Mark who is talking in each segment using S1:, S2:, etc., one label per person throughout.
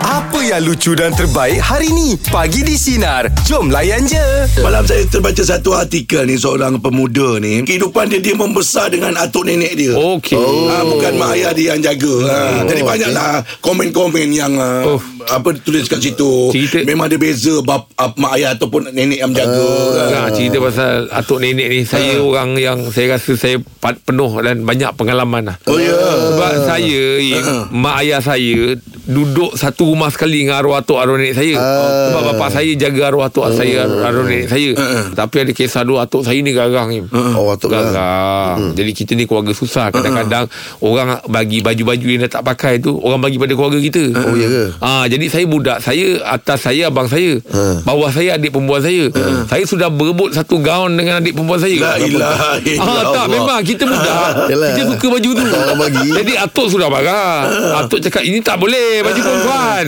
S1: Apa yang lucu dan terbaik hari ni? Pagi di Sinar. Jom layan je.
S2: Malam saya terbaca satu artikel ni Seorang pemuda ni Kehidupan dia dia membesar dengan atuk nenek dia
S3: Okey.
S2: oh. ha, Bukan mak ayah dia yang jaga ha. Jadi banyaklah komen-komen yang uh,
S3: Oh.
S2: Apa tulis kat situ
S3: Cerita- Ah,
S2: Memang ada beza bab, ab, Mak ayah ataupun nenek yang jaga kan.
S3: Nah, cerita pasal atuk nenek ni Saya orang yang Saya rasa saya pa- penuh Dan banyak pengalaman lah
S2: Oh, ya.
S3: Sebab saya eh, Mak ayah saya Duduk satu rumah sekali Dengan arwah atuk arwah nenek saya Sebab bapak saya jaga arwah atuk saya Arwah nenek saya Tapi ada kisah dua atuk saya ni garang ni
S2: Ah.
S4: Oh, atuk garang. Hmm.
S3: Garang Jadi kita ni keluarga susah Kadang-kadang Orang bagi baju-baju yang dah tak pakai tu Orang bagi pada keluarga kita
S4: Oh, ya ke?
S3: Ah, jadi saya budak saya atas saya abang saya,
S4: Ha.
S3: bawah saya adik perempuan saya.
S4: Hmm.
S3: Saya sudah berebut satu gaun dengan adik perempuan saya.
S2: La ilaha
S3: Ah,
S2: illallah.
S3: tak memang kita muda.
S4: Ah, Yalah.
S3: kita suka baju tu.
S4: Orang bagi. Ah.
S3: Jadi atuk sudah marah. Atuk cakap ini tak boleh baju perempuan.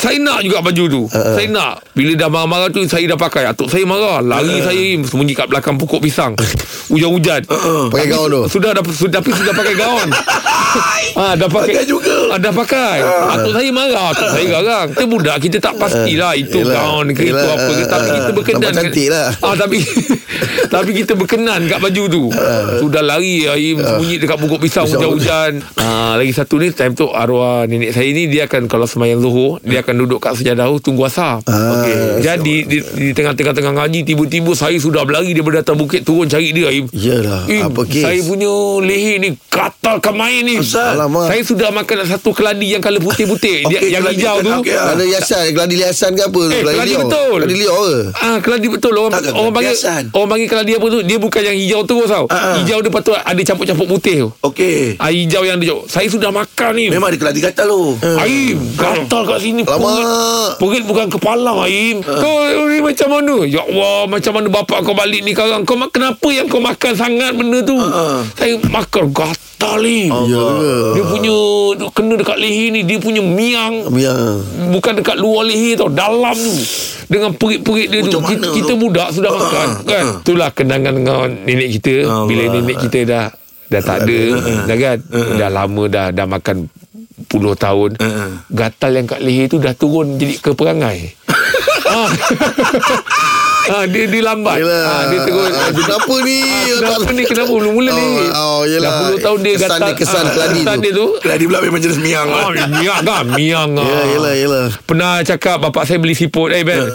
S3: Saya nak juga baju tu.
S4: Ah.
S3: Saya nak. Bila dah marah-marah tu saya dah pakai. Atuk saya marah. Lari
S4: Ah.
S3: saya sembunyi kat belakang pokok pisang. Hujan-hujan.
S4: ah. Pakai gaun tu.
S3: Sudah dah sudah tapi sudah pakai gaun. Ah, dah pakai,
S2: Pakai juga.
S3: Ah, dah pakai. Atuk saya marah, atuk saya garang. Kita budak, kita tak pastilah itu
S4: Yelah.
S3: gaun ke itu
S4: Yelah.
S3: apa ke tapi
S4: Ah,
S3: kita
S4: ah.
S3: berkenan.
S4: Nampak cantik lah.
S3: Ah, tapi tapi kita berkenan kat baju tu.
S2: Ah.
S3: Sudah lari air sembunyi dekat pokok pisang
S4: Pisang.
S3: hujan-hujan. Ah, lagi satu ni time tu arwah nenek saya ni dia akan kalau semayang zuhur, dia akan duduk kat sejadah tu, tunggu asar.
S2: Ah,
S3: Okey. Jadi di, di tengah-tengah tengah ngaji tiba-tiba saya sudah berlari daripada atas bukit turun cari dia. Aim.
S4: Yelah, apa kes?
S3: Saya punya leher ni Katal kemain ni
S2: Ustaz.
S4: Alamak.
S3: Saya sudah makan satu keladi Yang colour putih-putih Dia-
S2: Okey,
S3: Yang
S2: keladi
S3: hijau
S2: kan,
S3: tu
S2: okey.
S4: Keladi hiasan Keladi hiasan ke apa tu?
S3: ah. Eh, keladi
S4: liar.
S3: betul.
S4: Keladi liar ke?
S3: Ah, keladi betul orang
S2: Takkan
S3: orang panggil
S2: kebiasaan.
S3: orang panggil keladi apa tu? Dia bukan yang hijau terus tau.
S2: Ah, ah.
S3: Hijau dia patut ada campur-campur putih tu.
S2: Okey
S3: Ah, hijau yang dia. Saya sudah makan ni.
S2: Memang ada keladi gatal tu
S3: Aim Gatal kat sini
S4: Alamak.
S3: Perit Perit bukan kepala Aim
S2: Ah.
S3: Kau ni macam mana Ya Allah Macam mana bapak kau balik ni sekarang Kau ma- kenapa yang kau makan sangat benda tu
S2: Ah,
S3: Saya makan gatal Aim
S4: Ya.
S2: Ya.
S3: Dia punya Kena dekat leher ni Dia punya miang
S4: Ya.
S3: Bukan dekat luar leher tau Dalam tu Dengan perit-perit dia tu
S2: Macam
S3: kita,
S2: mana
S3: kita
S2: tu?
S3: budak sudah
S4: Ah,
S3: makan kan Itulah kenangan dengan nenek kita
S2: Allah.
S3: Bila nenek kita dah Dah tak ada
S4: ah,
S3: Dah kan Dah lama dah Dah makan Puluh tahun
S4: Ah,
S2: Uh-uh.
S3: Gatal yang kat leher tu Dah turun jadi ke perangai ah. ah, dia, dia lambat
S4: Yelah.
S3: ah, Dia terus
S4: Ah, kenapa ni?
S3: Kenapa ni Kenapa mula-mula ni
S4: Oh, oh, yelah.
S3: Dah puluh tahun dia
S4: Kesan
S3: gatal Ah,
S4: dia, kesan keladi
S3: kesan
S4: tu.
S3: dia tu
S2: Keladi pula memang jenis miang
S3: Ah,
S2: lah.
S3: miang kan Miang ah.
S4: Ya, yelah, yelah.
S3: Pernah cakap bapak saya beli siput eh ben.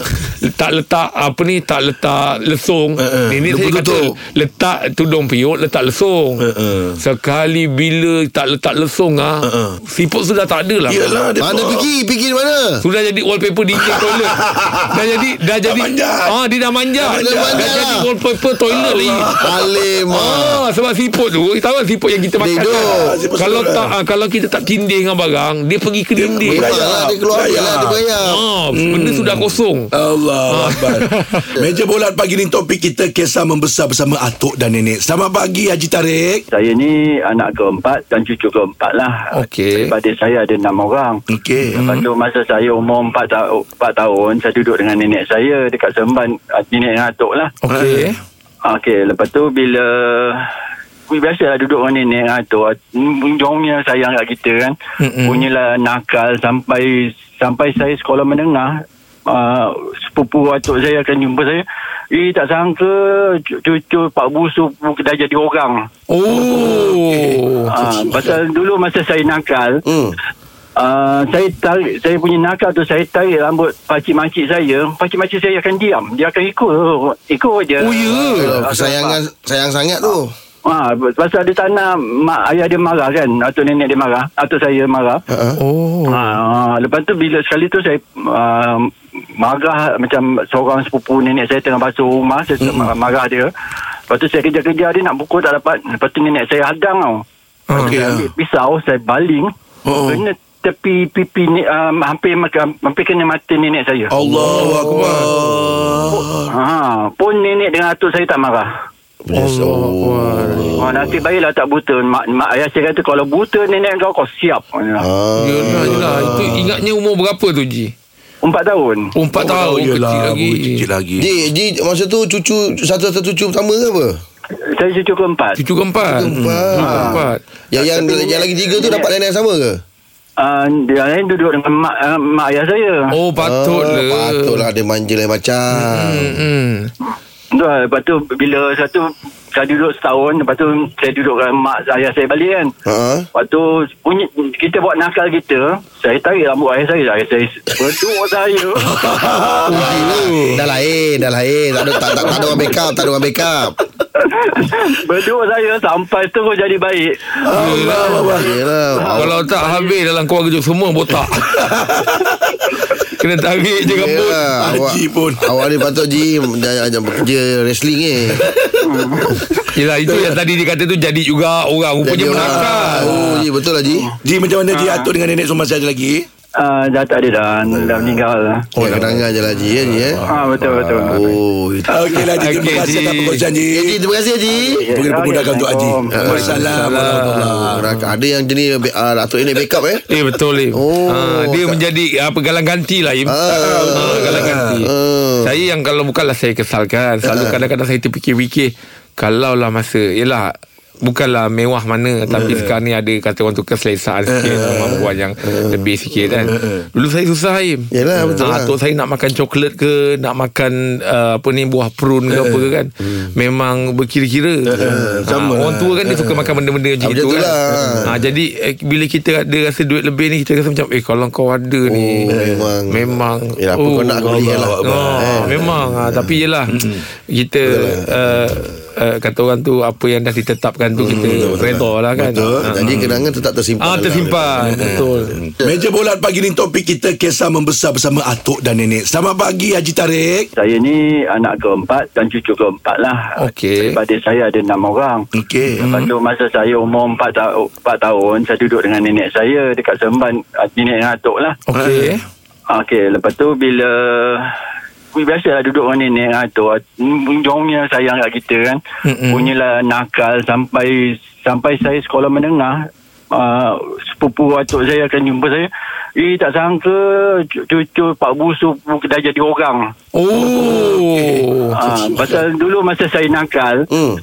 S3: tak letak apa ni tak letak lesung.
S2: Eh, eh.
S3: Nenek saya kata
S2: Tutup-tutup.
S3: letak tudung piut letak lesung.
S2: Eh, eh.
S3: Sekali bila tak letak lesung ah
S2: eh.
S3: siput sudah tak ada lah.
S2: Yelah dia
S4: Mana fikir? Fikir mana?
S3: Sudah jadi wallpaper di injek toilet. dah jadi dah jadi
S2: manjat.
S3: ah dia dah manjat.
S4: Dah
S3: Dah,
S4: manjat
S3: jadi
S4: lah.
S3: wallpaper toilet lagi.
S4: Alim. ah.
S3: Ah, sebab siput tu Tahu tak siput yang kita makan
S4: Dia hidup.
S3: kan?
S2: Siput
S3: Kalau
S2: seluruh.
S3: tak ah, Kalau kita tak tindih dengan barang Dia pergi ke dinding
S4: Memanglah lah, dia keluar
S2: Berayap.
S4: Yelah, dia Oh, berayap.
S3: Ah, benda sudah kosong. Ah.
S2: Allah Akbar Meja bulat pagi ni topik kita Kisah membesar bersama atuk dan nenek Selamat pagi Haji Tarik
S5: Saya ni anak keempat dan cucu keempat lah.
S3: Okey. Hmm.
S5: Daripada saya ada enam orang.
S2: Okey
S5: Lepas tu masa saya umur empat, ta- empat tahun, saya duduk dengan nenek saya dekat Seremban. ah, Nenek dan atuk lah.
S3: Okey.
S5: Ah, Okey, lepas tu bila... Biasalah duduk dengan nenek dan atuk. Jomnya sayang kat kita kan.
S3: Mm-mm.
S5: Punyalah nakal sampai sampai saya sekolah menengah. Uh, sepupu atuk saya akan jumpa saya. Eh tak sangka cu- cucu Pak Busu dah jadi orang.
S3: Oh.
S5: Ah, pasal dulu masa saya nakal,
S4: Hmm.
S5: ah, saya tarik saya punya nakal tu saya tarik rambut pakcik makcik saya, pakcik makcik saya akan diam, dia akan ikut ikut je.
S3: Oh ya.
S4: Yelah, Kesayangan sayang sangat tu.
S5: Ah, pasal dia tak nak mak ayah dia marah kan, atau nenek dia marah, atau saya marah.
S3: Oh.
S5: Ah, lepas tu bila sekali tu saya ah, marah macam seorang sepupu nenek saya tengah basuh rumah, saya
S3: Hmm.
S5: mm marah dia. Lepas tu saya kejar-kejar dia nak pukul tak dapat. Lepas tu nenek saya hadang tau.
S3: Ah.
S2: Okey
S5: Saya ambil pisau Saya baling
S2: Oh.
S5: Ya. oh. Kena tepi pipi ni, um, hampir, mak- hampir kena mata nenek saya oh.
S2: Allahu Akbar
S5: ha, Pun nenek dengan atuk saya tak marah
S3: Allah.
S5: Oh, nasib baiklah tak buta mak, mak ayah saya kata Kalau buta nenek kau Kau siap ha.
S4: Ah.
S3: Yelah, yelah. Itu ingatnya umur berapa tu, Ji?
S5: Empat tahun
S3: Oh, empat tahun. Oh, kecil lah. lagi.
S2: Kecil lagi
S4: Ji, Ji, masa tu cucu satu-satu cucu pertama ke apa?
S5: Saya cucu keempat
S3: Cucu keempat.
S4: Keempat.
S3: Keempat.
S4: Yang yang,
S5: Tapi
S4: yang
S5: nenek-
S4: lagi tiga tu dapat nenek yang sama ke?
S5: uh, dia lain duduk dengan mak, uh, mak ayah saya. Oh.
S3: Oh patutlah.
S4: Oh, patutlah dia manja lain macam.
S3: Hmm.
S5: Lepas tu bila satu saya duduk setahun lepas tu saya duduk dengan mak ayah saya balik kan.
S4: Ha.
S5: Lepas tu bunyi, kita buat nakal kita Saya tarik rambut ayah saya Ayah saya Beduk saya
S4: Dah lain, dah lain. Tak ada tak, tak, tak ada orang backup, tak ada orang backup.
S5: Beduk saya Sampai terus jadi baik
S4: Yalah.
S3: Kalau tak habis dalam keluarga tu semua botak. Kena tarik je rambut.
S4: Yalah, lah. awak,
S2: Haji pun.
S4: awak ni patut Ji Jangan jangan bekerja wrestling ni
S3: Yelah itu yang tadi dia kata tu jadi juga orang. Rupanya menakal.
S4: Oh Ji betul lah Ji
S2: Ji macam mana Ji atuk dengan nenek semua masih ada lagi?
S5: uh, Dah tak ada dah Dah meninggal
S4: Oh kenangan je lah Ji ya, Ji eh
S5: Ah betul betul.
S4: Oh itu
S2: Okeylah lah, Ji, terima
S3: Okey,
S2: kasih
S3: Ji.
S2: atas perkongsian Ji.
S4: Eh, Ji terima kasih Ji
S2: Bagi pemudahkan untuk Haji. Eh, Waalaikumsalam. warahmatullahi
S4: Ah, Ada yang jenis uh, Datuk ini backup eh
S3: Eh betul Im.
S4: Oh,
S3: ha, dia
S4: tak-
S3: menjadi apa galang ganti lah Im. ha, galang ganti.
S4: Ah.
S3: Saya yang kalau bukanlah saya kesalkan, selalu kadang-kadang saya terfikir-fikir kalaulah masa yalah bukanlah mewah mana tapi
S4: Ah.
S3: sekarang ni ada kata orang tu keselesaan sikit kemampuan yang lebih sikit kan. Dulu saya susah Im.
S4: Yalah, Ah. betul lah.
S3: Ah, atuk saya nak makan coklat ke, nak makan uh, apa ni buah prune ke
S4: Ah.
S3: apa ke kan.
S4: Hmm.
S3: Memang berkira-kira.
S2: sama
S3: Ah, orang
S2: lah.
S3: tua kan dia suka makan benda-benda macam itu
S4: Ah, betul
S3: kan.
S4: lah.
S3: Ha, jadi eh, bila kita ada rasa duit lebih ni kita rasa macam eh kalau kau ada ni
S4: Oh, memang.
S3: memang
S4: Eh, apa kau nak, aku beli lah.
S3: Oh,
S4: Eh. Hmm.
S3: memang ha, tapi yelah kita uh,
S4: lah.
S3: uh, kata orang tu apa yang dah ditetapkan tu kita reda lah kan.
S4: Hmm, Betul Hmm.
S3: Ha.
S4: Jadi kenangan tetap tersimpan
S3: Ah
S4: dalam-
S3: tersimpan betul.
S2: Meja bola pagi ni topik kita kisah membesar bersama atuk dan nenek. Selamat pagi Haji Tarik.
S5: Saya ni anak keempat dan cucu keempat lah.
S3: Okey.
S5: Daripada saya ada enam orang.
S2: Okey.
S5: Lepas tu masa saya umur empat, ta- empat tahun, saya duduk dengan nenek saya dekat Seremban. ah, Nenek dan atuk lah.
S3: Okey.
S4: Ah.
S5: Okey, lepas tu bila... Biasalah duduk dengan nenek ah, dan atuk. Jomnya sayang kat kita kan.
S3: Mm-mm.
S5: Punyalah nakal sampai sampai saya sekolah menengah. Uh, sepupu atuk saya akan jumpa saya. Eh tak sangka cucu Pak Busu dah jadi orang.
S3: Oh.
S5: Ah, pasal dulu masa saya nakal,
S4: Hmm.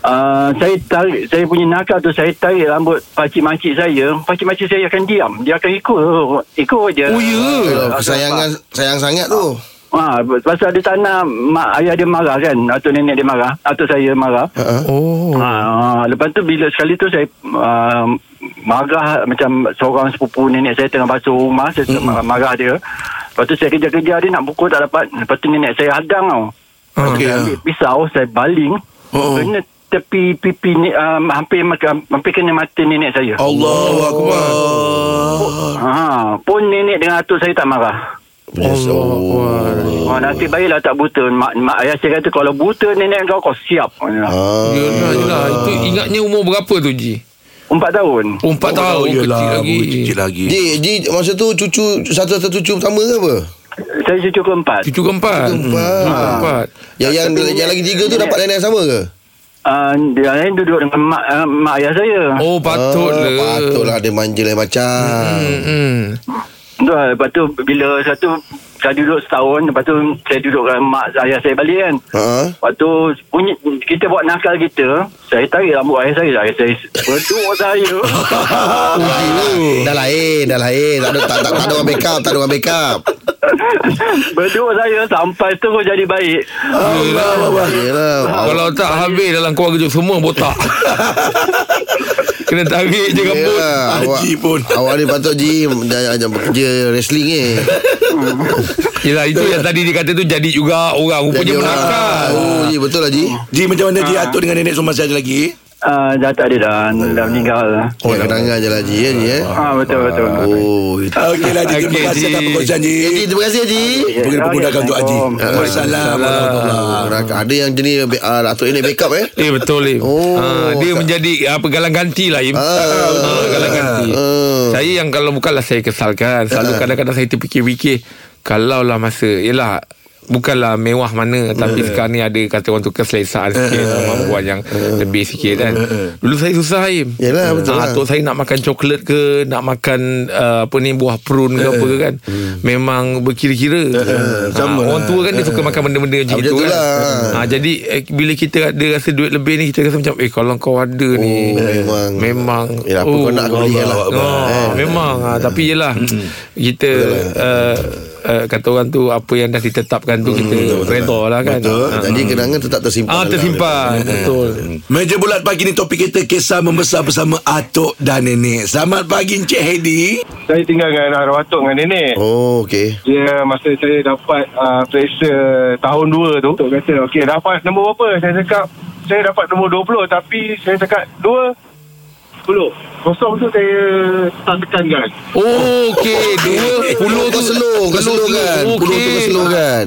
S5: Uh, saya tarik saya punya nakal tu saya tarik rambut pakcik makcik saya pakcik makcik saya akan diam dia akan ikut ikut je
S3: Oh, ya?
S4: Kalau Ah, kesayangan Sayang sangat tu
S5: ha, pasal dia tak nak mak ayah dia marah kan atau nenek dia marah atau saya marah
S4: Ha?
S3: Oh.
S5: Ha, lepas tu bila sekali tu saya uh, marah macam seorang sepupu nenek saya tengah basuh rumah saya mm marah dia. Lepas tu saya kejar-kejar dia nak pukul tak dapat. Lepas tu nenek saya hadang tau.
S2: Okey.
S5: Okay. Saya ambil pisau saya baling
S2: Oh.
S5: oh. kena tepi pipi ni um, hampir makan- hampir kena mata nenek saya. Oh.
S2: Allahu akbar.
S5: Ha, pun nenek dengan atuk saya tak marah.
S4: Yes,
S3: Allah.
S5: Oh, nasib baiklah tak buta. Mak, mak ayah saya kata kalau buta nenek kau kau siap. Ha.
S4: Ah.
S3: Yelah, yelah. Itu ingatnya umur berapa tu Ji?
S5: Empat tahun.
S3: Oh, empat tahun
S2: Oh, yelah,
S3: kecil lagi.
S2: umur Kecil
S4: lah.
S2: lagi.
S4: Ji, Ji masa tu cucu satu-satu cucu pertama ke apa?
S5: Saya cucu keempat.
S3: Cucu keempat.
S4: Keempat.
S3: Cucu keempat.
S4: Yang yang,
S5: Tapi
S4: yang
S5: nenek-
S4: lagi tiga tu
S5: nenek-
S4: dapat nenek yang sama ke?
S5: Uh, dia lain duduk dengan mak, uh, mak ayah saya. Oh.
S3: Oh patutlah.
S4: Ah, Patutlah dia manja lain macam.
S3: Hmm.
S5: Lepas tu bila satu saya duduk setahun, lepas tu saya duduk dengan mak ayah saya balik kan.
S4: Ha.
S5: Lepas tu bunyi, kita buat nakal kita, saya tarik rambut ayah saya, ayah saya beduk saya.
S4: Ha? Dah lain, dah lain. Tak ada tak, tak, tak ada orang backup, tak ada orang backup.
S5: beduk saya sampai terus jadi baik.
S4: Yalah.
S3: Kalau tak habis dalam keluarga tu semua botak. Kena tarik je rambut.
S4: Yalah, lah. awak,
S2: Haji pun.
S4: awak ni patut Ji Jangan jangan bekerja wrestling ni
S3: Yelah itu yang tadi dia kata tu jadi juga orang. Rupanya
S4: orang.
S3: menakal.
S4: Oh Ji betul lah Ji
S2: Ji macam mana Ji atuk dengan nenek semua masih ada lagi?
S5: Uh, dah tak ada dah, dah meninggal.
S4: Oh kenangan je lah Ji ya, Ji eh
S5: Ah betul betul.
S4: Oh itu
S2: Okeylah lah, Ji, terima
S3: Okey,
S2: kasih
S3: Ji.
S2: atas perkongsian Ji.
S4: Eh, Ji terima kasih Ji
S2: Bagi pemudahkan untuk Haji.
S5: Assalamualaikum.
S2: Waalaikumsalam. warahmatullahi
S4: Ah, Ada yang jenis uh, Datuk ini backup eh
S3: Eh betul Lim.
S4: Oh,
S3: Ah, dia menjadi apa galang ganti lah Im. Ah, galang ganti.
S4: Oh.
S3: Saya yang
S4: Eh.
S3: kalau bukanlah saya kesalkan, selalu kadang-kadang saya terfikir-fikir kalaulah masa yalah bukanlah mewah mana tapi
S4: Eh.
S3: sekarang ni ada kata orang tu keselesaan sikit kemampuan yang lebih sikit kan. Dulu saya susah Im.
S4: Eh.
S3: Ah,
S4: Yelah, betul lah.
S3: atuk saya nak makan coklat ke, nak makan uh, apa ni buah prune
S4: Eh.
S3: ke apa ke kan.
S4: Hmm.
S3: Memang berkira-kira.
S2: sama
S3: ha, orang
S2: lah.
S3: tua kan dia suka makan benda-benda macam
S4: Eh. Ah,
S3: gitu
S4: betul
S3: kan.
S4: lah.
S3: Ha, jadi eh, bila kita ada rasa duit lebih ni kita rasa macam eh kalau kau ada ni
S4: Oh, memang.
S3: memang
S4: Yelah, apa kau nak, kau belikan lah.
S3: Oh, memang ah, tapi yelah kita
S4: lah.
S3: uh, uh, kata orang tu apa yang dah ditetapkan
S4: Mm,
S3: tu kita reda lah kan.
S2: Betul.
S3: Ah.
S4: Jadi Eh. kenangan tetap
S3: Ah
S4: tersimpan
S3: tersimpan betul.
S2: Meja bulat pagi ni topik kita kisah membesar bersama atuk dan nenek. Selamat pagi Encik Hedi.
S6: Saya tinggal dengan arwah atuk dengan nenek.
S4: Oh okey
S6: Dia masa saya dapat uh, periksa tahun 2 tu, atuk kata, okey dapat nombor berapa? Saya cakap, saya dapat nombor 20 tapi saya cakap 2 10. Kosong tu saya tak tekankan.
S3: Oh okey dua puluh tu
S4: Kau Eh, slow Kau slow kan
S3: Okey.
S4: Puluh tu kau slow kan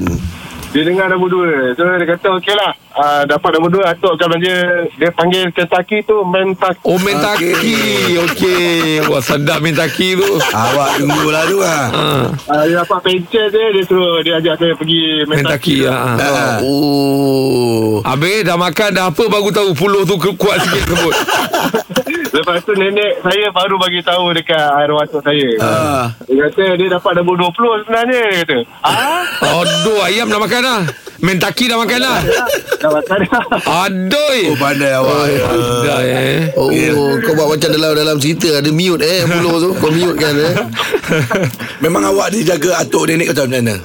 S6: Dia dengar nombor 2. So dia kata, okey lah, uh, dapat nombor 2. Atuk kalau dia, dia panggil Kentucky tu, Mentaki.
S3: Oh mentaki Okey Wah sedap mentaki tu
S2: Awak tunggu lah tu lah.
S6: Uh, dia dapat pencen dia, dia suruh, dia ajak saya pergi Mentaki.
S3: Mentaki ah. ah.
S4: Oh
S3: Habis dah makan dah apa baru tahu puluh tu ke- kuat sikit sebut.
S6: Lepas tu nenek saya baru bagi tahu dekat arwah atuk saya.
S2: Ah.
S6: Dia kata dia dapat nombor 20 sebenarnya dia kata. Ah,
S3: Aduh ayam dah makan dah Mentaki dah makan dah
S6: dah makan dah.
S2: Oh
S3: Aduh
S2: pandai awak. ya.
S3: Dah eh
S4: Oh, kau buat macam dalam dalam cerita ada mute eh puluh tu kau mute kan eh.
S2: Memang awak ni jaga atuk nenek kau tahu macam mana?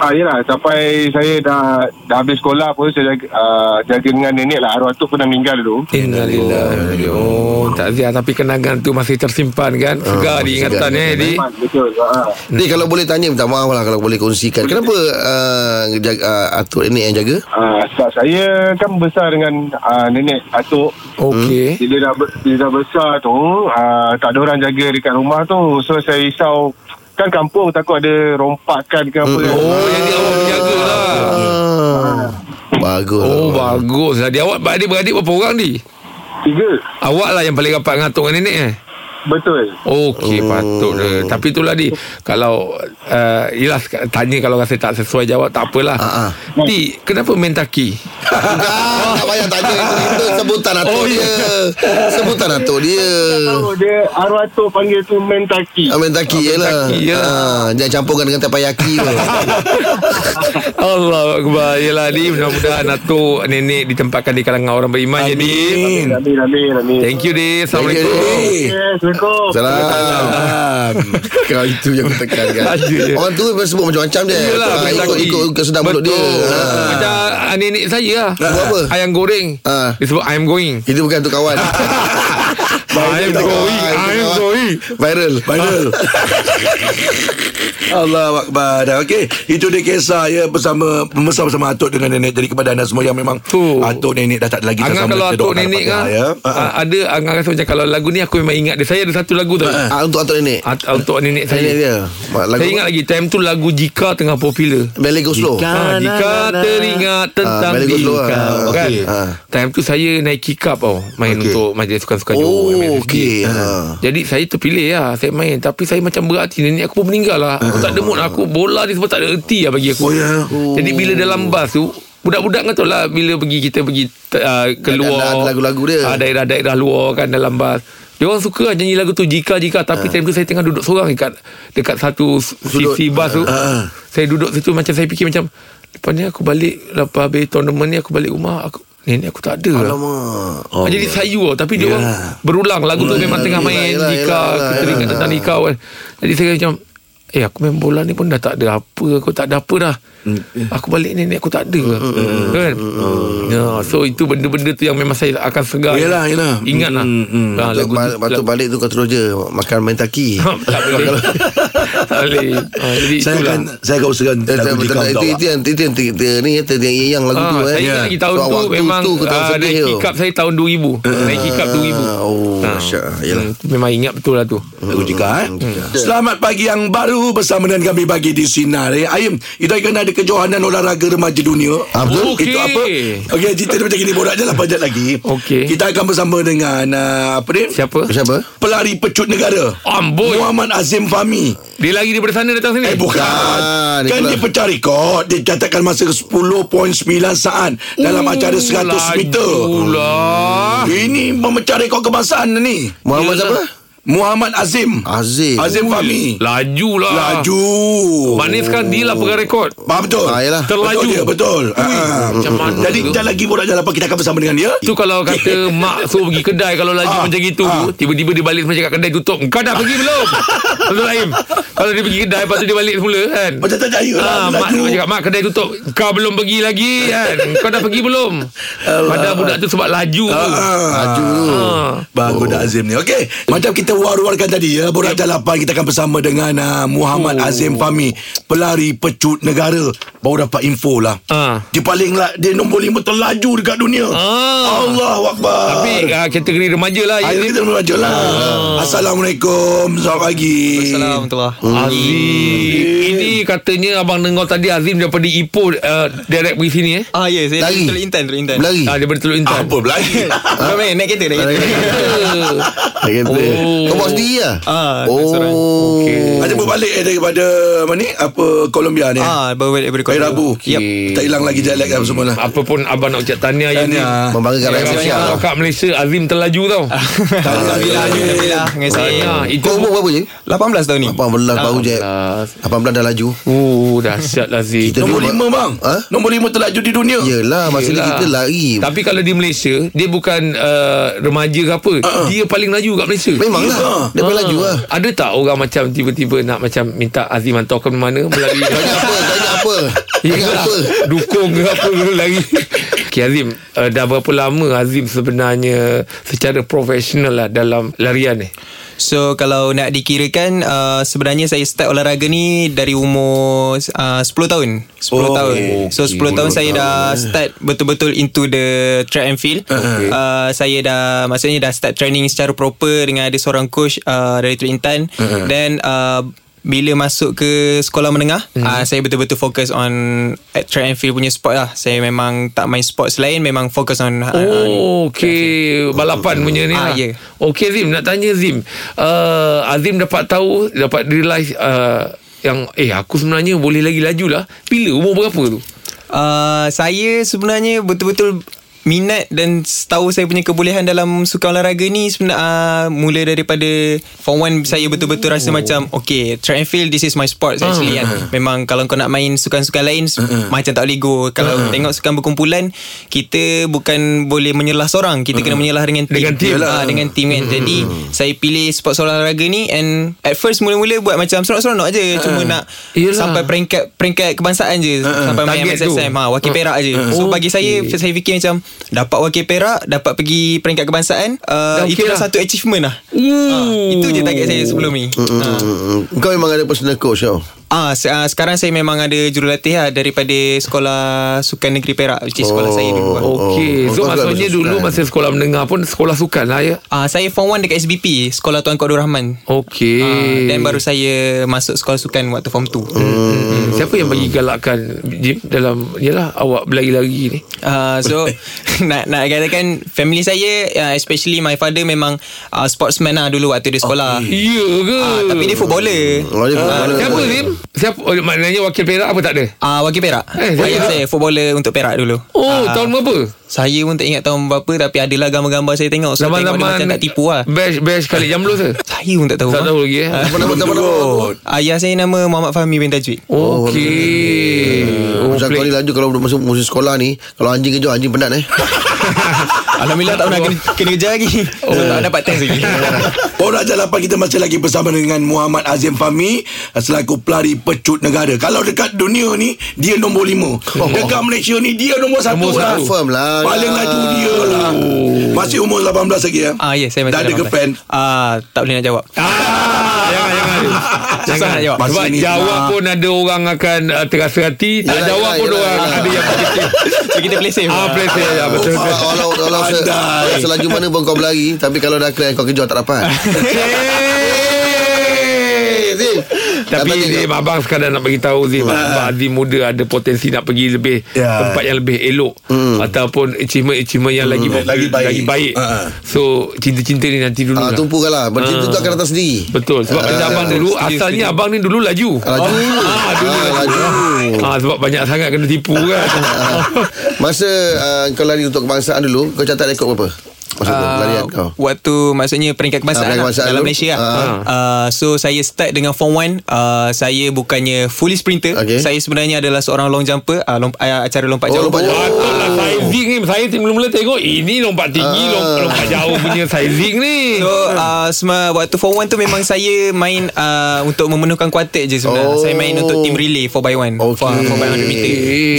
S6: Ah, yelah, sampai saya dah, dah habis sekolah pun saya jaga, uh, jaga dengan nenek lah. Arwah tu pernah meninggal dulu.
S3: Innalillahi Oh takziah Tapi kenangan tu masih tersimpan kan Segar
S4: Ah, masih
S3: di ingatan
S4: segar.
S3: eh di
S6: Memang, betul. Ah.
S4: Ni kalau boleh tanya minta maaf lah kalau boleh kongsikan. Kenapa uh, jaga, uh, atuk nenek yang jaga?
S6: Ah, sebab saya kan besar dengan ah, nenek atuk.
S4: Hmm.
S3: Okey
S6: Bila dah, be- bila dah besar tu, ah, tak ada orang jaga dekat rumah tu. So, saya risau kan kampung takut ada rompakan ke apa. kan.
S3: Oh jadi awak menjaga lah
S4: Ah. Bagus.
S3: Oh
S4: lah.
S3: bagus lah Di awak adik-beradik berapa orang di
S6: Tiga.
S3: Awak lah yang paling rapat dengan atuk dengan nenek eh
S6: Betul.
S4: Oh.
S3: Okey hmm. patut dia. Tapi itulah di kalau uh, yalah sek- tanya kalau rasa tak sesuai jawab tak apalah.
S4: Ah, ah.
S3: Di kenapa mentaki?
S4: Dah, Ah, tak payah tanya itu, itu sebutan atuk
S3: Oh,
S4: dia. Sebutan atuk dia.
S6: Oh, dia arwah tu panggil tu mentaki.
S4: Amin taki je lah.
S3: taki je.
S4: Ah, jangan campurkan dengan tepayaki tu.
S3: Allah Akbar Yelah ni Mudah-mudahan Atuk nenek ditempatkan di kalangan orang beriman Amin. Jadi
S2: Amin.
S6: Amin, amin, amin.
S3: Thank you Di Assalamualaikum
S4: Thank
S2: Eh,
S6: Yes, Assalamualaikum.
S4: Salam. Kau itu yang aku tekankan
S3: Ada je.
S4: Orang tua memang sebut macam-macam dia
S3: Yelah
S4: Ah, ikut,
S3: mentaki.
S4: ikut, ikut sedap mulut dia
S3: Betul.
S4: Ah.
S3: Macam ah, nenek saya lah
S4: Buat apa?
S3: Ayam goreng
S4: Ah.
S3: Dia sebut ayam going
S4: Itu bukan untuk kawan
S3: Ayam going
S4: Ah,
S3: Ayam
S4: kawan.
S3: going
S4: Viral
S2: Viral Allah Akbar Dah, Okey Itu dia kisah ya Bersama Membesar bersama Atuk dengan nenek Jadi kepada anda semua Yang memang
S3: Tu.
S2: Atuk nenek dah tak ada lagi
S3: Angan
S2: sama
S3: kalau
S2: kita
S3: atuk
S2: doakan
S3: nenek
S2: Al-Fatihah,
S3: kan
S2: ya. Ha,
S3: ah, Ada Angan rasa macam Kalau lagu ni aku memang ingat dia Saya ada satu lagu tu
S4: ah, Untuk atuk nenek
S3: Untuk nenek
S4: Nenek
S3: saya
S4: dia Mak, Lagu
S3: Saya ingat lagi Time tu lagu Jika tengah popular
S4: Ballet Go Slow
S3: Ha, jika teringat tentang
S4: lah. Ah,
S3: ha,
S4: balik
S3: diri
S4: dulu lah.
S3: kau
S4: Ah,
S3: kan.
S4: okey. Ah.
S3: Time tu saya naik kick up tau. Main
S4: Okey.
S3: untuk majlis sukan-sukan
S4: Oh,
S3: MSG.
S4: okey.
S3: Ah.
S4: Ah.
S3: Jadi saya terpilih lah Saya main Tapi saya macam berat hati Nenek aku pun meninggal lah Aku tak ada mood Aku bola ni semua tak ada erti lah bagi aku
S2: Oh, ya.
S3: Jadi bila dalam bas tu Budak-budak kan tu lah Bila pergi kita pergi uh,
S4: Ada- ada
S3: Keluar
S4: lagu-lagu dia.
S3: Ah, Daerah-daerah luar kan dalam bas dia orang suka lah nyanyi lagu tu Jika-jika Tapi time tu saya tengah duduk seorang Dekat dekat satu
S4: Sudut.
S3: sisi bas tu Saya duduk situ Macam saya fikir macam Lepas ni aku balik Lepas habis tournament ni Aku balik rumah aku, Nenek aku tak ada lah
S4: Alamak
S3: oh, Jadi sayu tau Tapi dia
S4: Ya.
S3: orang Berulang Lagu tu memang
S4: yelah,
S3: tengah
S4: yelah,
S3: main
S4: yelah,
S3: Jika
S4: yelah,
S3: Kita
S4: yelah,
S3: ingat
S4: yelah.
S3: tentang nikah kan Jadi saya macam Eh aku main bola ni pun dah tak ada apa Aku tak ada apa dah
S4: Mm, ya."
S3: Aku balik nenek aku tak ada Kan
S4: mm.
S3: Ya, So itu benda-benda tu Yang memang saya akan segar
S2: Yelah, yelah.
S3: Ingat lah
S2: Mm, mm.
S3: Ha,
S4: Patut,
S3: lagu
S4: ba-
S3: tu-
S4: patut balik tu kau terus je Makan main taki
S3: Tak boleh Tak boleh Ha, Jadi
S2: Saya
S3: itulah
S2: akan Saya akan usahakan
S4: Eh, tak-
S2: Lagu jika
S4: tak- tak-
S1: lah.
S2: untuk
S4: Itu
S2: awak
S4: itu yang Itu yang Itu ni Itu yang yang lagu
S3: Ah,
S4: tu eh
S3: Saya ingat lagi tahun
S4: Sebab
S3: tu
S4: waktu
S3: memang
S4: tu
S3: tu,
S4: Kau tak
S3: uh,
S4: sedih Eh,
S3: naik
S4: tu
S3: kick up saya tahun 2000. Uh, naik kick up 2000.
S4: Oh Ya.
S3: Ah.
S4: Masya Yalah
S3: Hmm, Memang ingat betul lah tu.
S4: Mm-hmm.
S2: Lagu jika eh Mm-hmm. Selamat pagi yang baru baru bersama dengan kami bagi di Sinar. Eh. Ayam, itu akan ada kejohanan olahraga remaja dunia.
S4: Ah, betul.
S3: Okey.
S2: Itu apa? Okey, cerita dia macam gini. Borak je lah panjat lagi.
S3: Okey.
S2: Kita akan bersama dengan uh, apa ni?
S3: Siapa?
S4: Siapa?
S2: Pelari pecut negara.
S3: Amboi.
S2: Muhammad Azim Fahmi.
S3: Dia lagi daripada sana datang sini.
S2: Eh bukan
S4: Bukan. Dia
S2: Kan
S4: pula-
S2: dia pecah rekod Dia catatkan masa 10.9 saat Dalam acara 100 meter
S3: Ulah.
S2: Ini memecah rekod kebangsaan ni
S4: Muhammad
S3: Yelah.
S4: siapa? Ah,
S2: Muhammad Azim
S4: Azim.
S2: Azim Fahmi
S3: Laju lah.
S2: Laju
S3: Maknanya sekarang dia lah pegang rekod.
S2: Faham betul?
S4: Ah, yelah.
S2: Betul
S3: Terlaju.
S2: dia, betul Ah.
S3: Macam mana
S2: Jadi
S3: tu?
S2: kejap lagi Borak Jalan Lapan Kita akan bersama dengan dia
S3: Tu kalau kata mak suruh pergi kedai kalau laju
S2: Ah,
S3: macam gitu,
S2: ah.
S3: tiba-tiba dia balik macam kat kedai tutup. Kau dah pergi belum? Betul Aim. Kalau dia pergi kedai lepas tu dia balik semula kan.
S2: Macam tak percaya lah
S3: Ah, mak
S2: Laju
S3: nak cakap Mak kedai tutup Kau belum pergi lagi kan Kau dah pergi belum Padahal budak tu sebab laju
S2: Ah,
S3: tu
S4: Laju tu.
S3: Ah.
S2: Bagus dah Azim ni Okey Macam kita war-warkan tadi ya Borak Jalan 8 Kita akan bersama dengan uh,
S3: Oh.
S2: Muhammad Azim Fahmi Pelari pecut negara Baru dapat info lah
S3: Ah.
S2: Dia paling lah Dia nombor 5 terlaju dekat dunia
S3: Ah.
S2: Allah Akbar
S3: Tapi ah, kategori remaja lah ya.
S2: Hari ni kita meraja lah Assalamualaikum Selamat pagi
S7: Assalamualaikum
S3: Azim Ini katanya Abang dengar tadi Azim daripada Ipoh uh, Direct pergi sini eh
S7: Ah ya saya
S4: Lari.
S7: Lari. Teluk Intan Teluk Intan
S4: Berlari.
S3: ah, Daripada Teluk Intan
S2: Apa lagi
S7: Bukan main naik kereta naik kereta
S4: Kau buat sendiri lah
S7: Ah,
S4: Oh
S7: seorang.
S4: okay.
S2: Ada berbalik eh, daripada Mana ni Apa Colombia ni
S7: Ah baru balik daripada
S2: Hari
S7: Kuala
S2: Rabu
S7: Lumpur. Yap
S2: Tak hilang lagi jet lag apa semua lah
S3: Apa pun Abang nak ucap tahniah ya Azim
S2: Tahniah.
S4: Ah, Membanggakan rakyat
S3: Kalau
S4: Malaysia
S3: kalau kat Malaysia Azim terlaju tau
S4: Ah,
S7: Alhamdulillah Alhamdulillah Dengan saya
S3: Tahniah Itu
S4: Kau umur berapa je?
S7: 18 tahun ni
S4: 18 baru je
S3: 18.
S4: 18 dah laju
S3: Oh dahsyat lah Azim
S4: Kita
S2: Nombor
S4: dulu-
S2: lima bang
S4: Ha? Ya,
S2: Nombor lima terlaju di dunia
S4: Yelah Masa ni
S3: Yelah.
S4: kita lari
S3: Tapi kalau di Malaysia Dia bukan uh, remaja ke apa
S4: Ah,
S3: uh-uh. Dia paling laju kat Malaysia
S4: Memang lah
S3: Ah.
S4: Dia boleh laju lah
S3: Ada tak orang macam tiba-tiba nak macam minta Azim hantar ke mana melalui
S4: Kau ingat apa? Kau ingat apa? Kau ingat
S3: Yelah,
S4: apa?
S3: Dukung ke apa ke lagi Okay Azim uh, Dah berapa lama Azim sebenarnya Secara profesional lah Dalam larian ni
S7: So kalau nak dikirakan uh, Sebenarnya saya start olahraga ni Dari umur uh, 10 tahun 10 oh, tahun So 10 tahun saya dah start Betul-betul into the track and field okay. uh, Saya dah Maksudnya dah start training secara proper Dengan ada seorang coach uh, Dari Teluk Intan Then uh, bila masuk ke sekolah menengah mm. uh, Saya betul-betul fokus on at Track and field punya sport lah Saya memang tak main sports lain Memang fokus on uh,
S3: Oh okay Balapan punya ni
S7: Ah,
S3: lah
S7: ya.
S3: Okay Azim Nak tanya Azim uh, Azim dapat tahu Dapat realise uh, Yang Eh aku sebenarnya Boleh lagi laju lah Bila umur berapa tu
S7: Uh, saya sebenarnya betul-betul minat dan tahu saya punya kebolehan dalam sukan olahraga ni sebenarnya uh, mula daripada form 1 saya betul-betul
S3: Oh.
S7: rasa macam okay track and field this is my sport
S3: Ah.
S7: actually kan memang kalau kau nak main sukan-sukan lain macam tak boleh go kalau
S3: Ah.
S7: tengok sukan berkumpulan kita bukan boleh menyelah seorang kita kena menyelah dengan
S3: Ah.
S7: tim
S3: Dengan tim. lah. Hmm.
S7: Ah, dengan tim kan jadi saya pilih sport olahraga ni and at first mula-mula buat macam seronok-seronok je
S3: Ah.
S7: cuma nak
S3: Yelah.
S7: sampai peringkat peringkat kebangsaan je
S3: Ah.
S7: sampai main
S3: Target tu. Hmm.
S7: MSSM ha, wakil perak je
S3: Okey.
S7: so bagi saya saya fikir macam dapat wakil perak dapat pergi peringkat kebangsaan
S3: Dah
S7: uh,
S3: okey
S7: itu dah
S3: lah.
S7: satu achievement lah
S3: Ooh. Hmm,
S7: itu je target saya sebelum ni ha.
S4: Mm, Kau memang ada personal coach tau
S7: Ah, se- ah, sekarang saya memang ada jurulatih lah daripada sekolah sukan negeri Perak which is sekolah
S4: Oh.
S7: saya dulu. Oh.
S3: Okey,
S4: Oh,
S3: so
S4: kau juga
S3: maksudnya
S4: ada
S3: dulu
S4: sukan.
S3: masa sekolah menengah pun sekolah sukan lah ya.
S7: Ah, saya form 1 dekat SBP, Sekolah Tuan Kod Rahman.
S3: Okey.
S7: Ah, dan baru saya masuk sekolah sukan waktu form 2.
S3: Hmm, siapa yang bagi galakan Jim dalam yalah awak berlari-lari ni?
S7: Uh, so nak nak katakan family saya uh, especially my father memang uh, sportsman lah dulu waktu dia sekolah. Okay.
S3: Ya ke?
S7: Uh, tapi dia footballer.
S4: Oh, dia footballer.
S3: Siapa Jim? Siapa oh, maknanya wakil perak apa tak ada?
S7: Ah uh, wakil Perak.
S3: Eh,
S7: Eh,
S3: saya-
S7: saya, saya footballer untuk Perak dulu.
S3: Oh,
S7: Ah.
S3: tahun berapa?
S7: Saya pun tak ingat tahun berapa tapi adalah gambar-gambar saya tengok. So tengok dia macam tak tipu lah.
S3: Bash bash kali jamlo tu.
S7: Saya pun tak tahu.
S3: Tak
S7: ah.
S3: tahu lagi eh.
S4: Nama-nama Nama-nama
S7: Ayah saya nama Muhammad Fahmi bin Tajwid.
S3: Okey. Oh,
S4: Macam kau
S3: play.
S7: lah.
S4: ni laju Kalau masuk musim sekolah ni Kalau anjing kejar Anjing penat eh
S7: Alhamdulillah tak pernah kena, kena kerja lagi. Oh. So, tak dapat test lagi.
S2: Borak Jalapan kita masih lagi bersama dengan Muhammad Azim Fahmi selaku pelari pecut negara. Kalau dekat dunia ni dia nombor lima. Dekat Malaysia ni dia nombor satu.
S3: Nombor
S2: lah.
S3: satu.
S4: Confirm lah
S2: Paling laju dia lah. Masih umur 18 lagi ya.
S7: Ah, ya, saya masih
S2: Dah ada
S7: 18.
S2: girlfriend.
S7: Ah, tak boleh nak jawab.
S3: Ah, jangan jangan.
S7: Susah nak jawab.
S3: Sebab
S2: Masa ni
S3: jawab
S2: lah.
S3: pun ada orang akan uh, terasa hati, tak
S4: Yelah,
S3: jawab
S4: yelah,
S3: pun
S4: yelah,
S3: orang
S4: yelah.
S3: ada yang positif.
S7: So, kita play safe.
S3: Ah,
S7: lah.
S3: play safe. Ya, betul.
S4: Kalau kalau, kalau se,
S2: Pandai.
S4: selaju mana pun kau berlari Tapi kalau dah clear Kau kejar tak dapat
S3: Hey!
S4: Eh, Zim
S3: Tapi
S4: Abang
S3: Zim Abang sekadar nak beritahu Zim Abang Zim muda ada potensi Nak pergi lebih
S2: Ya. Hmm.
S3: Tempat yang lebih elok Ataupun achievement-achievement Yang lagi
S2: Lagi
S3: lagi
S2: baik.
S3: baik, lagi baik.
S2: Ha, ha.
S3: So cinta-cinta ni nanti dulu
S4: Ah,
S3: lah.
S4: tumpukan lah Bercinta tu akan datang sendiri
S3: Betul
S2: Ya.
S3: Sebab pada abang dulu Asalnya abang ni dulu laju
S4: Laju.
S3: ah, dulu
S4: Ah,
S3: laju.
S4: laju.
S3: Ah, Sebab banyak sangat Kena tipu kan
S4: Masa uh, kau lari untuk kebangsaan dulu Kau catat rekod berapa? Masa tu larian kau
S7: Ah, Waktu maksudnya peringkat
S4: Ah,
S7: kebangsaan,
S4: peringkat
S7: lah,
S4: kebangsaan
S7: dalam
S4: dulu.
S7: Malaysia lah.
S4: Ah.
S7: Uh, so saya start dengan form 1. Uh, saya bukannya fully sprinter.
S4: Okey.
S7: Saya sebenarnya adalah seorang long jumper. Uh, lomp- uh, acara
S3: Ah.
S7: lompat
S4: Oh,
S7: jauh.
S4: lompat jauh.
S3: Patut lah sizing ni Saya mula-mula tengok Ini lompat tinggi
S2: Ah.
S3: lompat, lompat jauh punya sizing ni
S7: So uh, semua waktu form 1 tu memang saya main uh, untuk memenuhkan kuartet je sebenarnya.
S4: Oh.
S7: Saya main untuk team relay 4x1.
S4: Okey.
S7: 4x100 meter.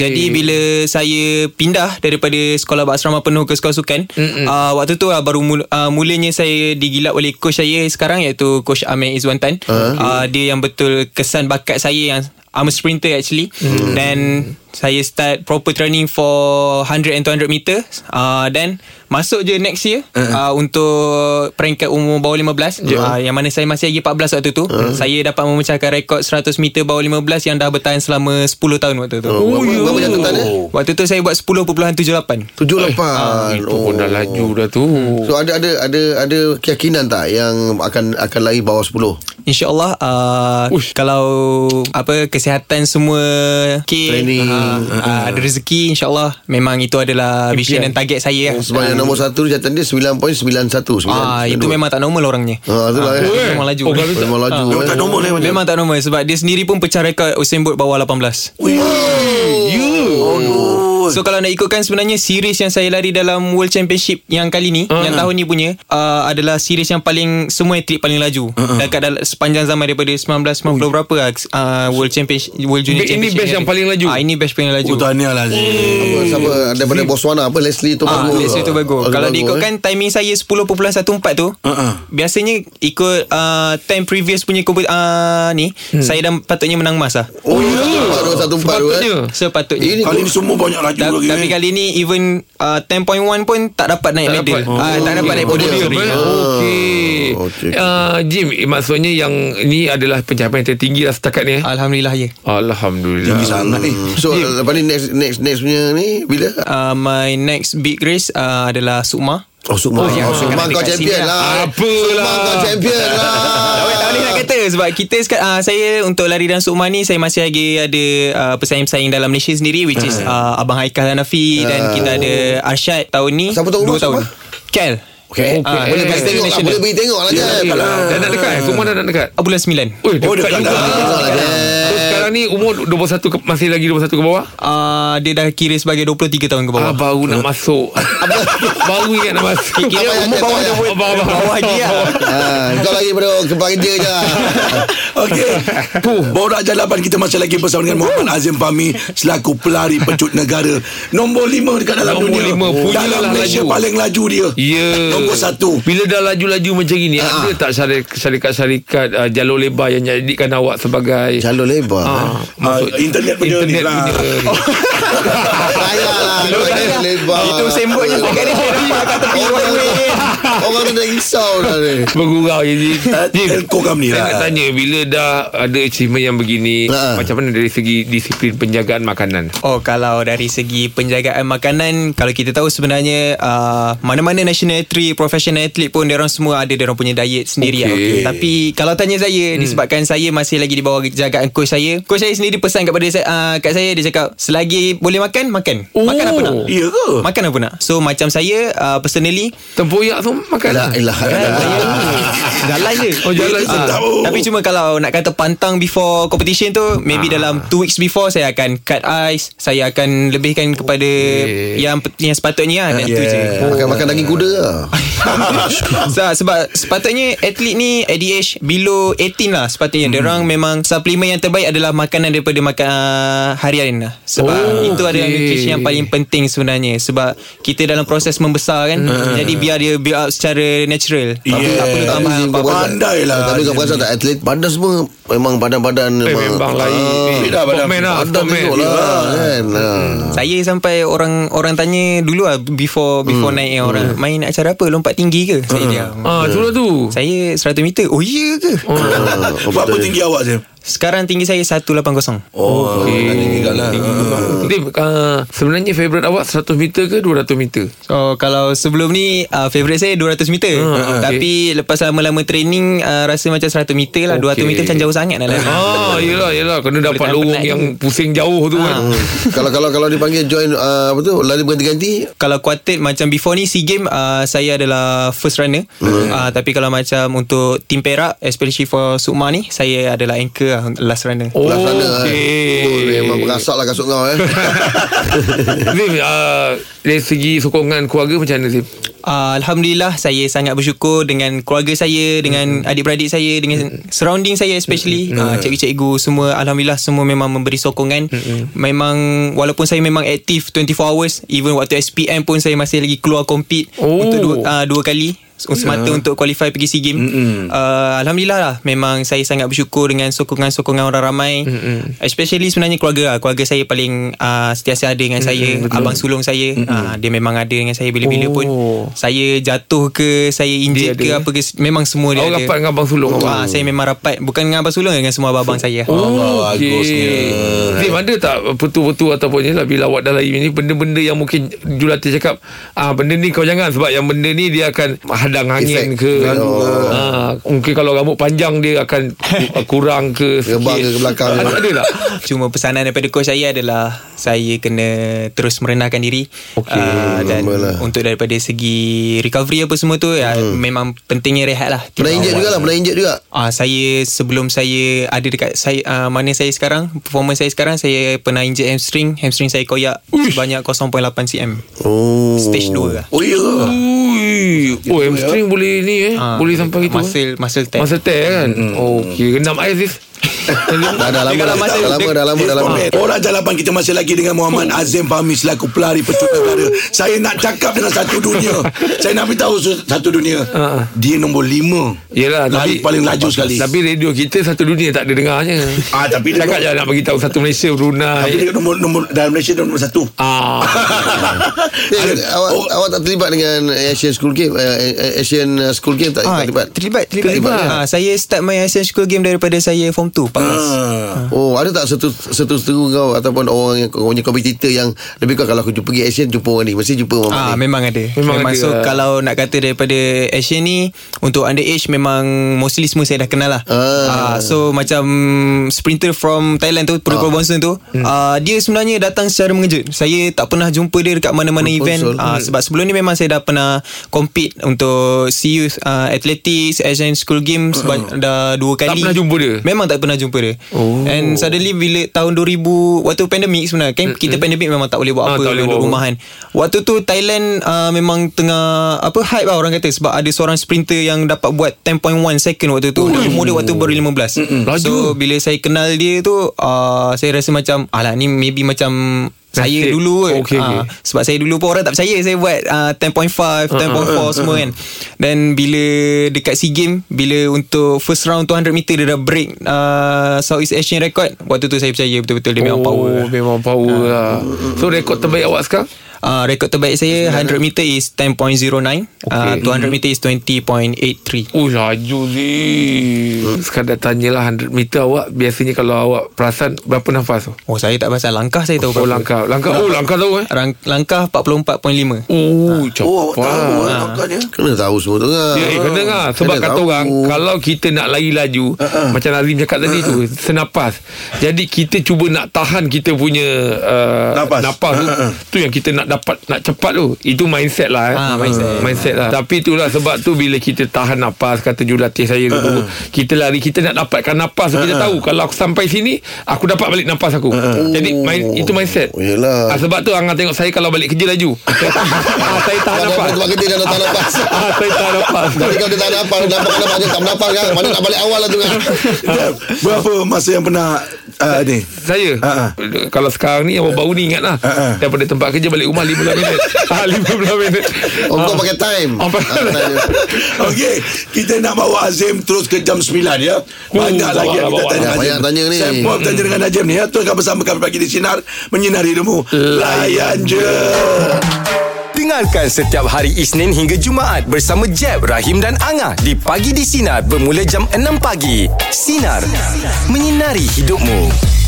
S7: Jadi bila saya pindah daripada sekolah asrama penuh ke sekolah sukan, uh, waktu tu uh, baru mul- uh, mulanya saya digilap oleh coach saya sekarang iaitu coach Amir Izwan Tan. Uh. Uh, dia yang betul kesan bakat saya yang I'm a sprinter actually mm. Then Saya start proper training For 100 and 200 meter uh, Then Masuk je next year uh. Uh, Untuk Peringkat umur bawah 15 uh. Uh, Yang mana saya masih lagi 14 waktu tu uh. Saya dapat memecahkan rekod 100 meter bawah 15 Yang dah bertahan selama 10 tahun waktu tu
S4: Oh, berapa-
S3: yo.
S4: Berapa yang kau tanda?
S7: Waktu tu saya buat 10.78
S4: Tujuh
S3: Ah,
S4: lapan
S3: Itu pun dah laju dah tu
S4: So ada ada ada ada keyakinan tak yang akan akan lari bawah 10?
S7: InsyaAllah uh,
S3: Ush.
S7: Kalau Apa Kesihatan semua okay,
S4: Training.
S7: uh, uh, Ada rezeki InsyaAllah Memang itu adalah Vision
S3: Impian.
S7: dan target saya lah.
S4: Sebab yang nombor satu dia jatuh dia 9.91
S7: Ah, itu memang tak normal orangnya.
S4: Ah, itulah, eh.
S7: dia memang laju.
S3: Oh, kalau tak-
S4: Memang laju
S2: Dia
S4: eh.
S2: tak nombor ni
S7: Memang tak normal sebab dia sendiri pun pecah rekod Usain Bolt bawah 18.
S3: Oh,
S7: So kalau nak ikutkan sebenarnya series yang saya lari dalam World Championship yang kali ni,
S3: Hmm.
S7: yang tahun ni punya uh, adalah series yang paling semua atlet paling laju.
S3: Hmm.
S7: Dekat dal- sepanjang zaman daripada 1990 berapa lah, uh, World Championship World Junior
S3: Ini
S7: Championship.
S3: best yang paling laju?
S7: Ah ini best paling laju.
S2: Oh tahniah lah Zee.
S4: Apa, Siapa daripada Botswana apa Leslie tu
S7: Ah,
S4: bagus. eh.
S7: Leslie tu bagus. Kalau diikutkan
S3: eh.
S7: timing saya 10.14 tu,
S2: Uh-uh.
S7: biasanya ikut uh, time previous punya kompet- uh, ni,
S3: Hmm.
S7: saya dah patutnya menang emas lah.
S4: Oh ya. Satu satu empat tu. eh.
S3: Sepatutnya.
S7: Sepatutnya.
S4: Ini
S2: Kali ni semua banyak laju
S7: Ta-
S2: lagi
S7: tapi
S2: eh.
S7: kali ni even uh, 10.1 pun tak dapat naik
S3: Eh, Tak
S7: medal.
S3: dapat.
S7: Ah, tak dapat naik podium.
S3: Podium eh? Okey.
S4: Ah, okey, okey.
S3: Ah, Jim, eh, maksudnya yang ni adalah pencapaian tertinggi lah setakat ni eh.
S7: Alhamdulillah ya.
S3: Alhamdulillah.
S2: Tinggi sangat ni
S4: So lepas ni next next next punya ni bila?
S7: Uh, my next big race uh, adalah Sukma.
S4: Oh Sukma.
S7: ya.
S4: Oh, Sukma
S7: Dekat
S4: kau
S7: sini
S4: champion
S7: lah.
S4: lah.
S3: Apalah.
S4: Sukma kau champion lah.
S7: Tak boleh, tak boleh nak kata sebab kita sekarang uh, saya untuk lari dan sukma ni saya masih lagi ada uh, pesaing-pesaing dalam Malaysia sendiri which
S4: Hmm.
S7: is uh, abang Haikal Hanafi dan kita ada Arsyad tahun ni
S4: Ah. Siapa tahu
S7: dua
S4: rumah
S7: tahun. Kel.
S3: Okey.
S4: Okay. Ah, Boleh pergi tengok lah. Boleh pergi tengok lah
S7: Ya,
S4: Jeb.
S3: Eh, Dah nak dekat eh? Semua dah nak dekat.
S7: Uh, bulan 9.
S3: Oi, dekat,
S2: Oh, dekat
S3: juga.
S2: dah.
S4: Tengok lah, Jeb.
S3: So, sekarang ni umur 21 ke, masih lagi 21 ke bawah?
S7: Uh, dia dah kira sebagai 23 tahun ke
S3: Ah,
S7: bawah.
S3: baru nak masuk. baru ingat nak masuk.
S7: Kira
S4: Abang yang
S7: umur bawah
S4: cakap,
S7: dah boleh-
S3: Bawah, bawah.
S7: bawah dia.
S4: Ah, Kau lagi daripada kerja je lah.
S2: Okey. Puh, Borak Jalapan kita masih lagi bersama dengan Muhammad Azim Fahmi selaku pelari pecut negara. Nombor lima dekat dalam
S3: Nombor
S2: dunia.
S3: lima, punyalah
S2: dalam Malaysia
S3: laju.
S2: paling laju dia.
S3: Ya.
S2: Nombor satu.
S3: Bila dah laju-laju macam ini, ada tak syari- syarikat-syarikat uh, jalur lebar yang jadikan awak sebagai...
S4: Jalur eh? lebar.
S3: Ah,
S2: Ah,
S3: maksud-
S2: internet punya
S3: internet
S2: ni lah.
S3: punya-
S4: Payah lah. Jalur lebar.
S7: Itu sembot je setakat ni saya nampak kat tepi
S4: Orang lah
S7: one
S4: tu-
S7: way.
S4: Orang tu dah risau dah ni.
S3: Bergurau je Jim.
S2: Ah, telco kami
S3: Saya
S2: lah.
S3: nak tanya Bila dah ada achievement yang begini
S4: Ha.
S3: Macam mana dari segi disiplin penjagaan makanan
S7: Oh kalau dari segi penjagaan makanan kalau kita tahu sebenarnya uh, mana-mana national athlete professional athlete pun dia orang semua ada dia orang punya diet sendiri okay.
S3: Okey.
S7: lah. Tapi kalau tanya saya hmm. disebabkan saya masih lagi di bawah jagaan coach saya. Coach saya sendiri pesan kepada saya uh, kat saya dia cakap selagi boleh makan makan. Makan apa nak?
S2: Ya ke?
S7: Makan apa nak? So macam saya uh, personally
S3: Tempoyak tu makan Eh,
S4: La ilaha illallah.
S7: Eh, Jalan je
S3: Oh, jalan je.
S7: Ah, Tapi cuma kalau Nak kata pantang Before competition tu Maybe dalam 2 weeks before Saya akan cut ice Saya akan lebihkan kepada Yang yang sepatutnya lah Dan tu je
S4: Makan makan daging kuda lah.
S7: so, Sebab sepatutnya Atlet ni ADH Below 18 lah Sepatutnya hmm. Diorang memang Suplemen yang terbaik Adalah makanan daripada makan uh, Harian lah Sebab
S3: Oh,
S7: oh, Itu adalah
S3: okey.
S7: nutrisi yang paling penting sebenarnya Sebab Kita dalam proses membesar kan hmm. Jadi biar dia build up secara natural
S2: Yeah.
S7: Tak perlu tambah
S4: Tapi kau
S7: apa-apa
S4: perasan-
S2: Pandai lah.
S4: Tapi kau perasan tak atlet badan semua memang lah. badan-badan
S3: Eh memang lain Eh,
S2: beda badan-
S3: Sportman lah
S4: Badan
S3: Sportman
S4: tengok lah kan. Ah.
S7: Saya sampai orang orang tanya dulu lah before before naik yang orang main acara apa lompat tinggi ke? Saya diam.
S3: Ah, tu lah tu
S7: Saya 100 meter. Oh iya ke?
S2: Berapa tinggi awak Zim?
S7: Sekarang tinggi saya 180.
S4: Oh, okay. Ada juga lah.
S3: Lim, uh, sebenarnya favorite awak 100 meter ke 200 meter?
S7: So kalau sebelum ni uh, Favorite saya 200 meter
S3: Ah,
S7: uh, Tapi lepas lama-lama training uh, Rasa macam 100 meter lah
S3: Okey.
S7: 200 meter macam jauh sangat lah lah
S3: Ah, yelah, yelah. Kena dapat
S7: tahan
S3: lorong
S7: penat
S3: yang pusing jauh tu kan.
S4: Ah, Hmm. kalau kalau kalau dipanggil join uh, apa tu lari berganti-ganti
S7: Kalau quartet macam before ni SEA Games uh, Saya adalah first runner uh, Tapi kalau macam untuk Tim Perak Especially for Sukma ni Saya adalah anchor lah, last runner
S3: Oh,
S4: laksana. lah. Oh,
S3: okay.
S4: memang berasak lah kasut kau eh.
S3: Lim, uh, dari segi sokongan keluarga macam mana, Lim?
S7: Uh, Alhamdulillah saya sangat bersyukur dengan keluarga saya dengan adik-beradik saya dengan surrounding saya especially uh, cikgu-cikgu semua alhamdulillah semua memang memberi sokongan memang walaupun saya memang aktif 24 hours even waktu SPM pun saya masih lagi keluar compete
S3: Oh.
S7: untuk dua, uh, dua kali semata untuk qualify pergi SEA Games uh, Alhamdulillah lah memang saya sangat bersyukur dengan sokongan-sokongan orang ramai especially sebenarnya keluarga lah keluarga saya paling uh, sentiasa ada dengan saya abang sulung saya uh, dia memang ada dengan saya bila-bila Eh, pun
S3: Oh.
S7: saya jatuh ke saya
S3: Dia
S7: injet
S3: ada,
S7: ke
S3: eh?
S7: apa ke memang semua Oh, dia
S3: Awak
S7: ada
S3: rapat dengan abang sulung awak?
S7: Ah, saya memang rapat bukan dengan abang sulung dengan semua abang-abang saya
S3: Oh,
S4: Allah, lah bagusnya.
S3: okay. Lim, ada tak petu-petu ataupun ni lah bila awak dah lari ni benda-benda yang mungkin jurulatih cakap ah benda ni kau jangan sebab yang benda ni dia akan hadang angin
S4: Efek.
S3: ke
S4: Oh.
S3: ah, mungkin kalau rambut panjang dia akan ku- kurang ke sikit.
S4: Rebang ke ke belakang.
S3: ada, ada tak?
S7: Cuma pesanan daripada coach saya adalah saya kena terus merenahkan diri. Okay, dan
S4: normal lah.
S7: untuk daripada segi recovery apa semua tu ya,
S3: Hmm.
S7: memang pentingnya rehat lah. Tiap
S4: Pernah injet
S7: awal.
S4: juga lah, pernah injet juga.
S7: Ah saya sebelum saya ada dekat saya uh, mana saya sekarang performance saya sekarang saya pernah injet hamstring hamstring saya koyak sebanyak 0.8 cm
S4: Oh.
S7: stage 2 lah.
S2: Oh ya yeah.
S3: Ui, oh hamstring
S4: ya.
S3: boleh ni eh,
S7: Ah,
S3: boleh sampai gitu. eh?
S7: Muscle muscle tear.
S3: Masa teh kan. Okey, genam air sis.
S4: Hmm. Dah, dah lama,
S7: Dia kalau
S4: dah,
S7: masa-
S4: dah lama, dah lama, dah lama.
S2: Orang jalapan kita masih lagi dengan Muhammad
S3: Hmm.
S2: Azim Fahmi selaku pelari pecut negara. Saya nak cakap dengan satu dunia. Saya nak beritahu su- satu dunia.
S3: Ha.
S2: Dia nombor lima.
S3: Yelah,
S2: Lari
S3: tapi-
S2: paling laju sekali.
S3: Tapi radio kita satu dunia tak ada dengarnya.
S2: Ah, tapi dia-
S3: cakap je nak bagi tahu satu Malaysia
S2: Tapi
S3: Brunei.
S2: dia nombor, nombor dalam Malaysia dia nombor satu. oh,
S3: Ah.
S4: Eh, awak,
S3: Oh.
S4: awak tak terlibat dengan Asian School Game eh, Asian uh, School Game tak, tak terlibat?
S7: Ah, terlibat terlibat.
S4: Terlibat, ya?
S7: Ah, saya start my Asian School Game daripada saya form 2 Pakis.
S2: ah.
S7: Ah.
S4: Oh ada tak satu satu seteru kau ataupun orang yang kau punya kompetitor yang lebih kau kalau aku jumpa pergi Asian jumpa orang ni mesti jumpa orang
S7: Ah
S4: ni.
S7: memang ada.
S3: Memang
S7: Memang, memang
S3: ada
S7: so
S3: lah.
S7: kalau nak kata daripada Asian ni untuk underage memang mostly semua saya dah kenal lah.
S4: Ah.
S7: Ah. so macam sprinter from Thailand tu Pro ah. Bonson tu hmm. ah, dia sebenarnya datang secara mengejut. Saya tak pernah jumpa dia dekat mana-mana
S4: Pro
S7: event
S4: Bonson.
S7: ah, sebab sebelum ni memang saya dah pernah compete untuk CU ah, athletics Asian School Games uh. dah dua kali.
S3: Hmm. pernah jumpa dia?
S7: Memang tak pernah jumpa dia. Oh. And suddenly bila tahun 2000 waktu pandemik sebenarnya kan kita pandemik memang tak boleh buat
S3: Hmm, Ah,
S7: apa
S3: tak boleh
S7: duduk
S3: buat apa.
S7: rumah kan Waktu tu Thailand uh, memang tengah apa hype lah orang kata sebab ada seorang sprinter yang dapat buat 10.1 second waktu tu. Dan umur dia waktu baru 15.
S3: Oh. Laju.
S7: So bila saya kenal dia tu uh, saya rasa macam alah ni maybe macam saya
S3: Nasib.
S7: dulu kot
S3: Okey,
S7: Ah,
S3: okey.
S7: sebab saya dulu pun orang tak percaya saya buat uh, 10.5 10.4 semua kan dan bila dekat SEA Games bila untuk first round 200 meter dia dah break uh, Southeast Asian record waktu tu saya percaya betul-betul dia memang power Ah.
S3: Oh, memang power lah. So rekod terbaik awak sekarang?
S7: Uh, rekod terbaik saya 100 meter is 10.09 uh, 200 meter is 20.83
S3: Oh laju si Hmm, Sekadar tanyalah 100 meter awak Biasanya kalau awak perasan Berapa nafas tu?
S7: Oh saya tak pasal Langkah saya tahu
S3: Oh
S7: berapa
S3: langkah Langkah Oh langkah tahu eh
S7: Rang, Langkah 44.5
S3: Oh cepat
S2: Oh, awak tahu eh, awak dia.
S4: Kena tahu semua tu kan.
S3: Ya, eh, kena dengar Sebab
S4: Kena
S3: kata
S4: tahu. Ah,
S3: orang Kalau kita nak lari laju Macam Nazim cakap tadi tu Senapas Jadi kita cuba nak tahan Kita punya uh,
S2: Napas.
S3: Napas
S4: Ah,
S3: tu Tu yang kita nak dapat Nak cepat tu Itu mindset lah eh.
S7: Ah, mindset.
S3: mindset lah Tapi itulah sebab tu Bila kita tahan napas Kata jurulatih saya
S4: Ah,
S3: dulu Kita lari Kita nak dapatkan napas Kita tahu Kalau aku sampai sini Aku dapat balik napas aku Jadi main, itu mindset
S4: Ah, Oh, yelah.
S3: ah, Sebab tu Angah tengok saya Kalau balik kerja laju ah, Saya tahan
S4: Dah
S3: napas
S4: dapat tempat kerja dah tak lepas.
S3: ah, Saya tahan napas
S4: Tapi kalau dia tak dapat, dapat kena banyak tak mendapat kan. Mana nak balik awal lah tu kan.
S3: Ah.
S2: Berapa masa yang pernah uh, ni?
S3: Saya
S2: Ha,
S3: Kalau sekarang ni Yang baru ni ingat lah
S2: Ha, ha.
S3: Daripada tempat kerja Balik rumah 15 minit ah, 15 minit
S4: Oh, kau pakai time.
S3: Oh, pakai
S4: Ah, time.
S2: Okey, kita nak bawa Azim terus ke jam 9 ya. Banyak lagi yang
S3: bawa lah,
S2: kita
S3: bawa
S2: tanya
S4: lah.
S2: Azim.
S4: Banyak tanya ni.
S2: Saya pun tanya dengan Azim ni ya. Tuan akan bersama kami pagi di Sinar menyinari hidupmu. Layan je.
S1: Dengar Dengarkan setiap hari Isnin hingga Jumaat bersama Jeb, Rahim dan Angah di Pagi di Sinar bermula jam 6 pagi. Sinar. Menyinari hidupmu.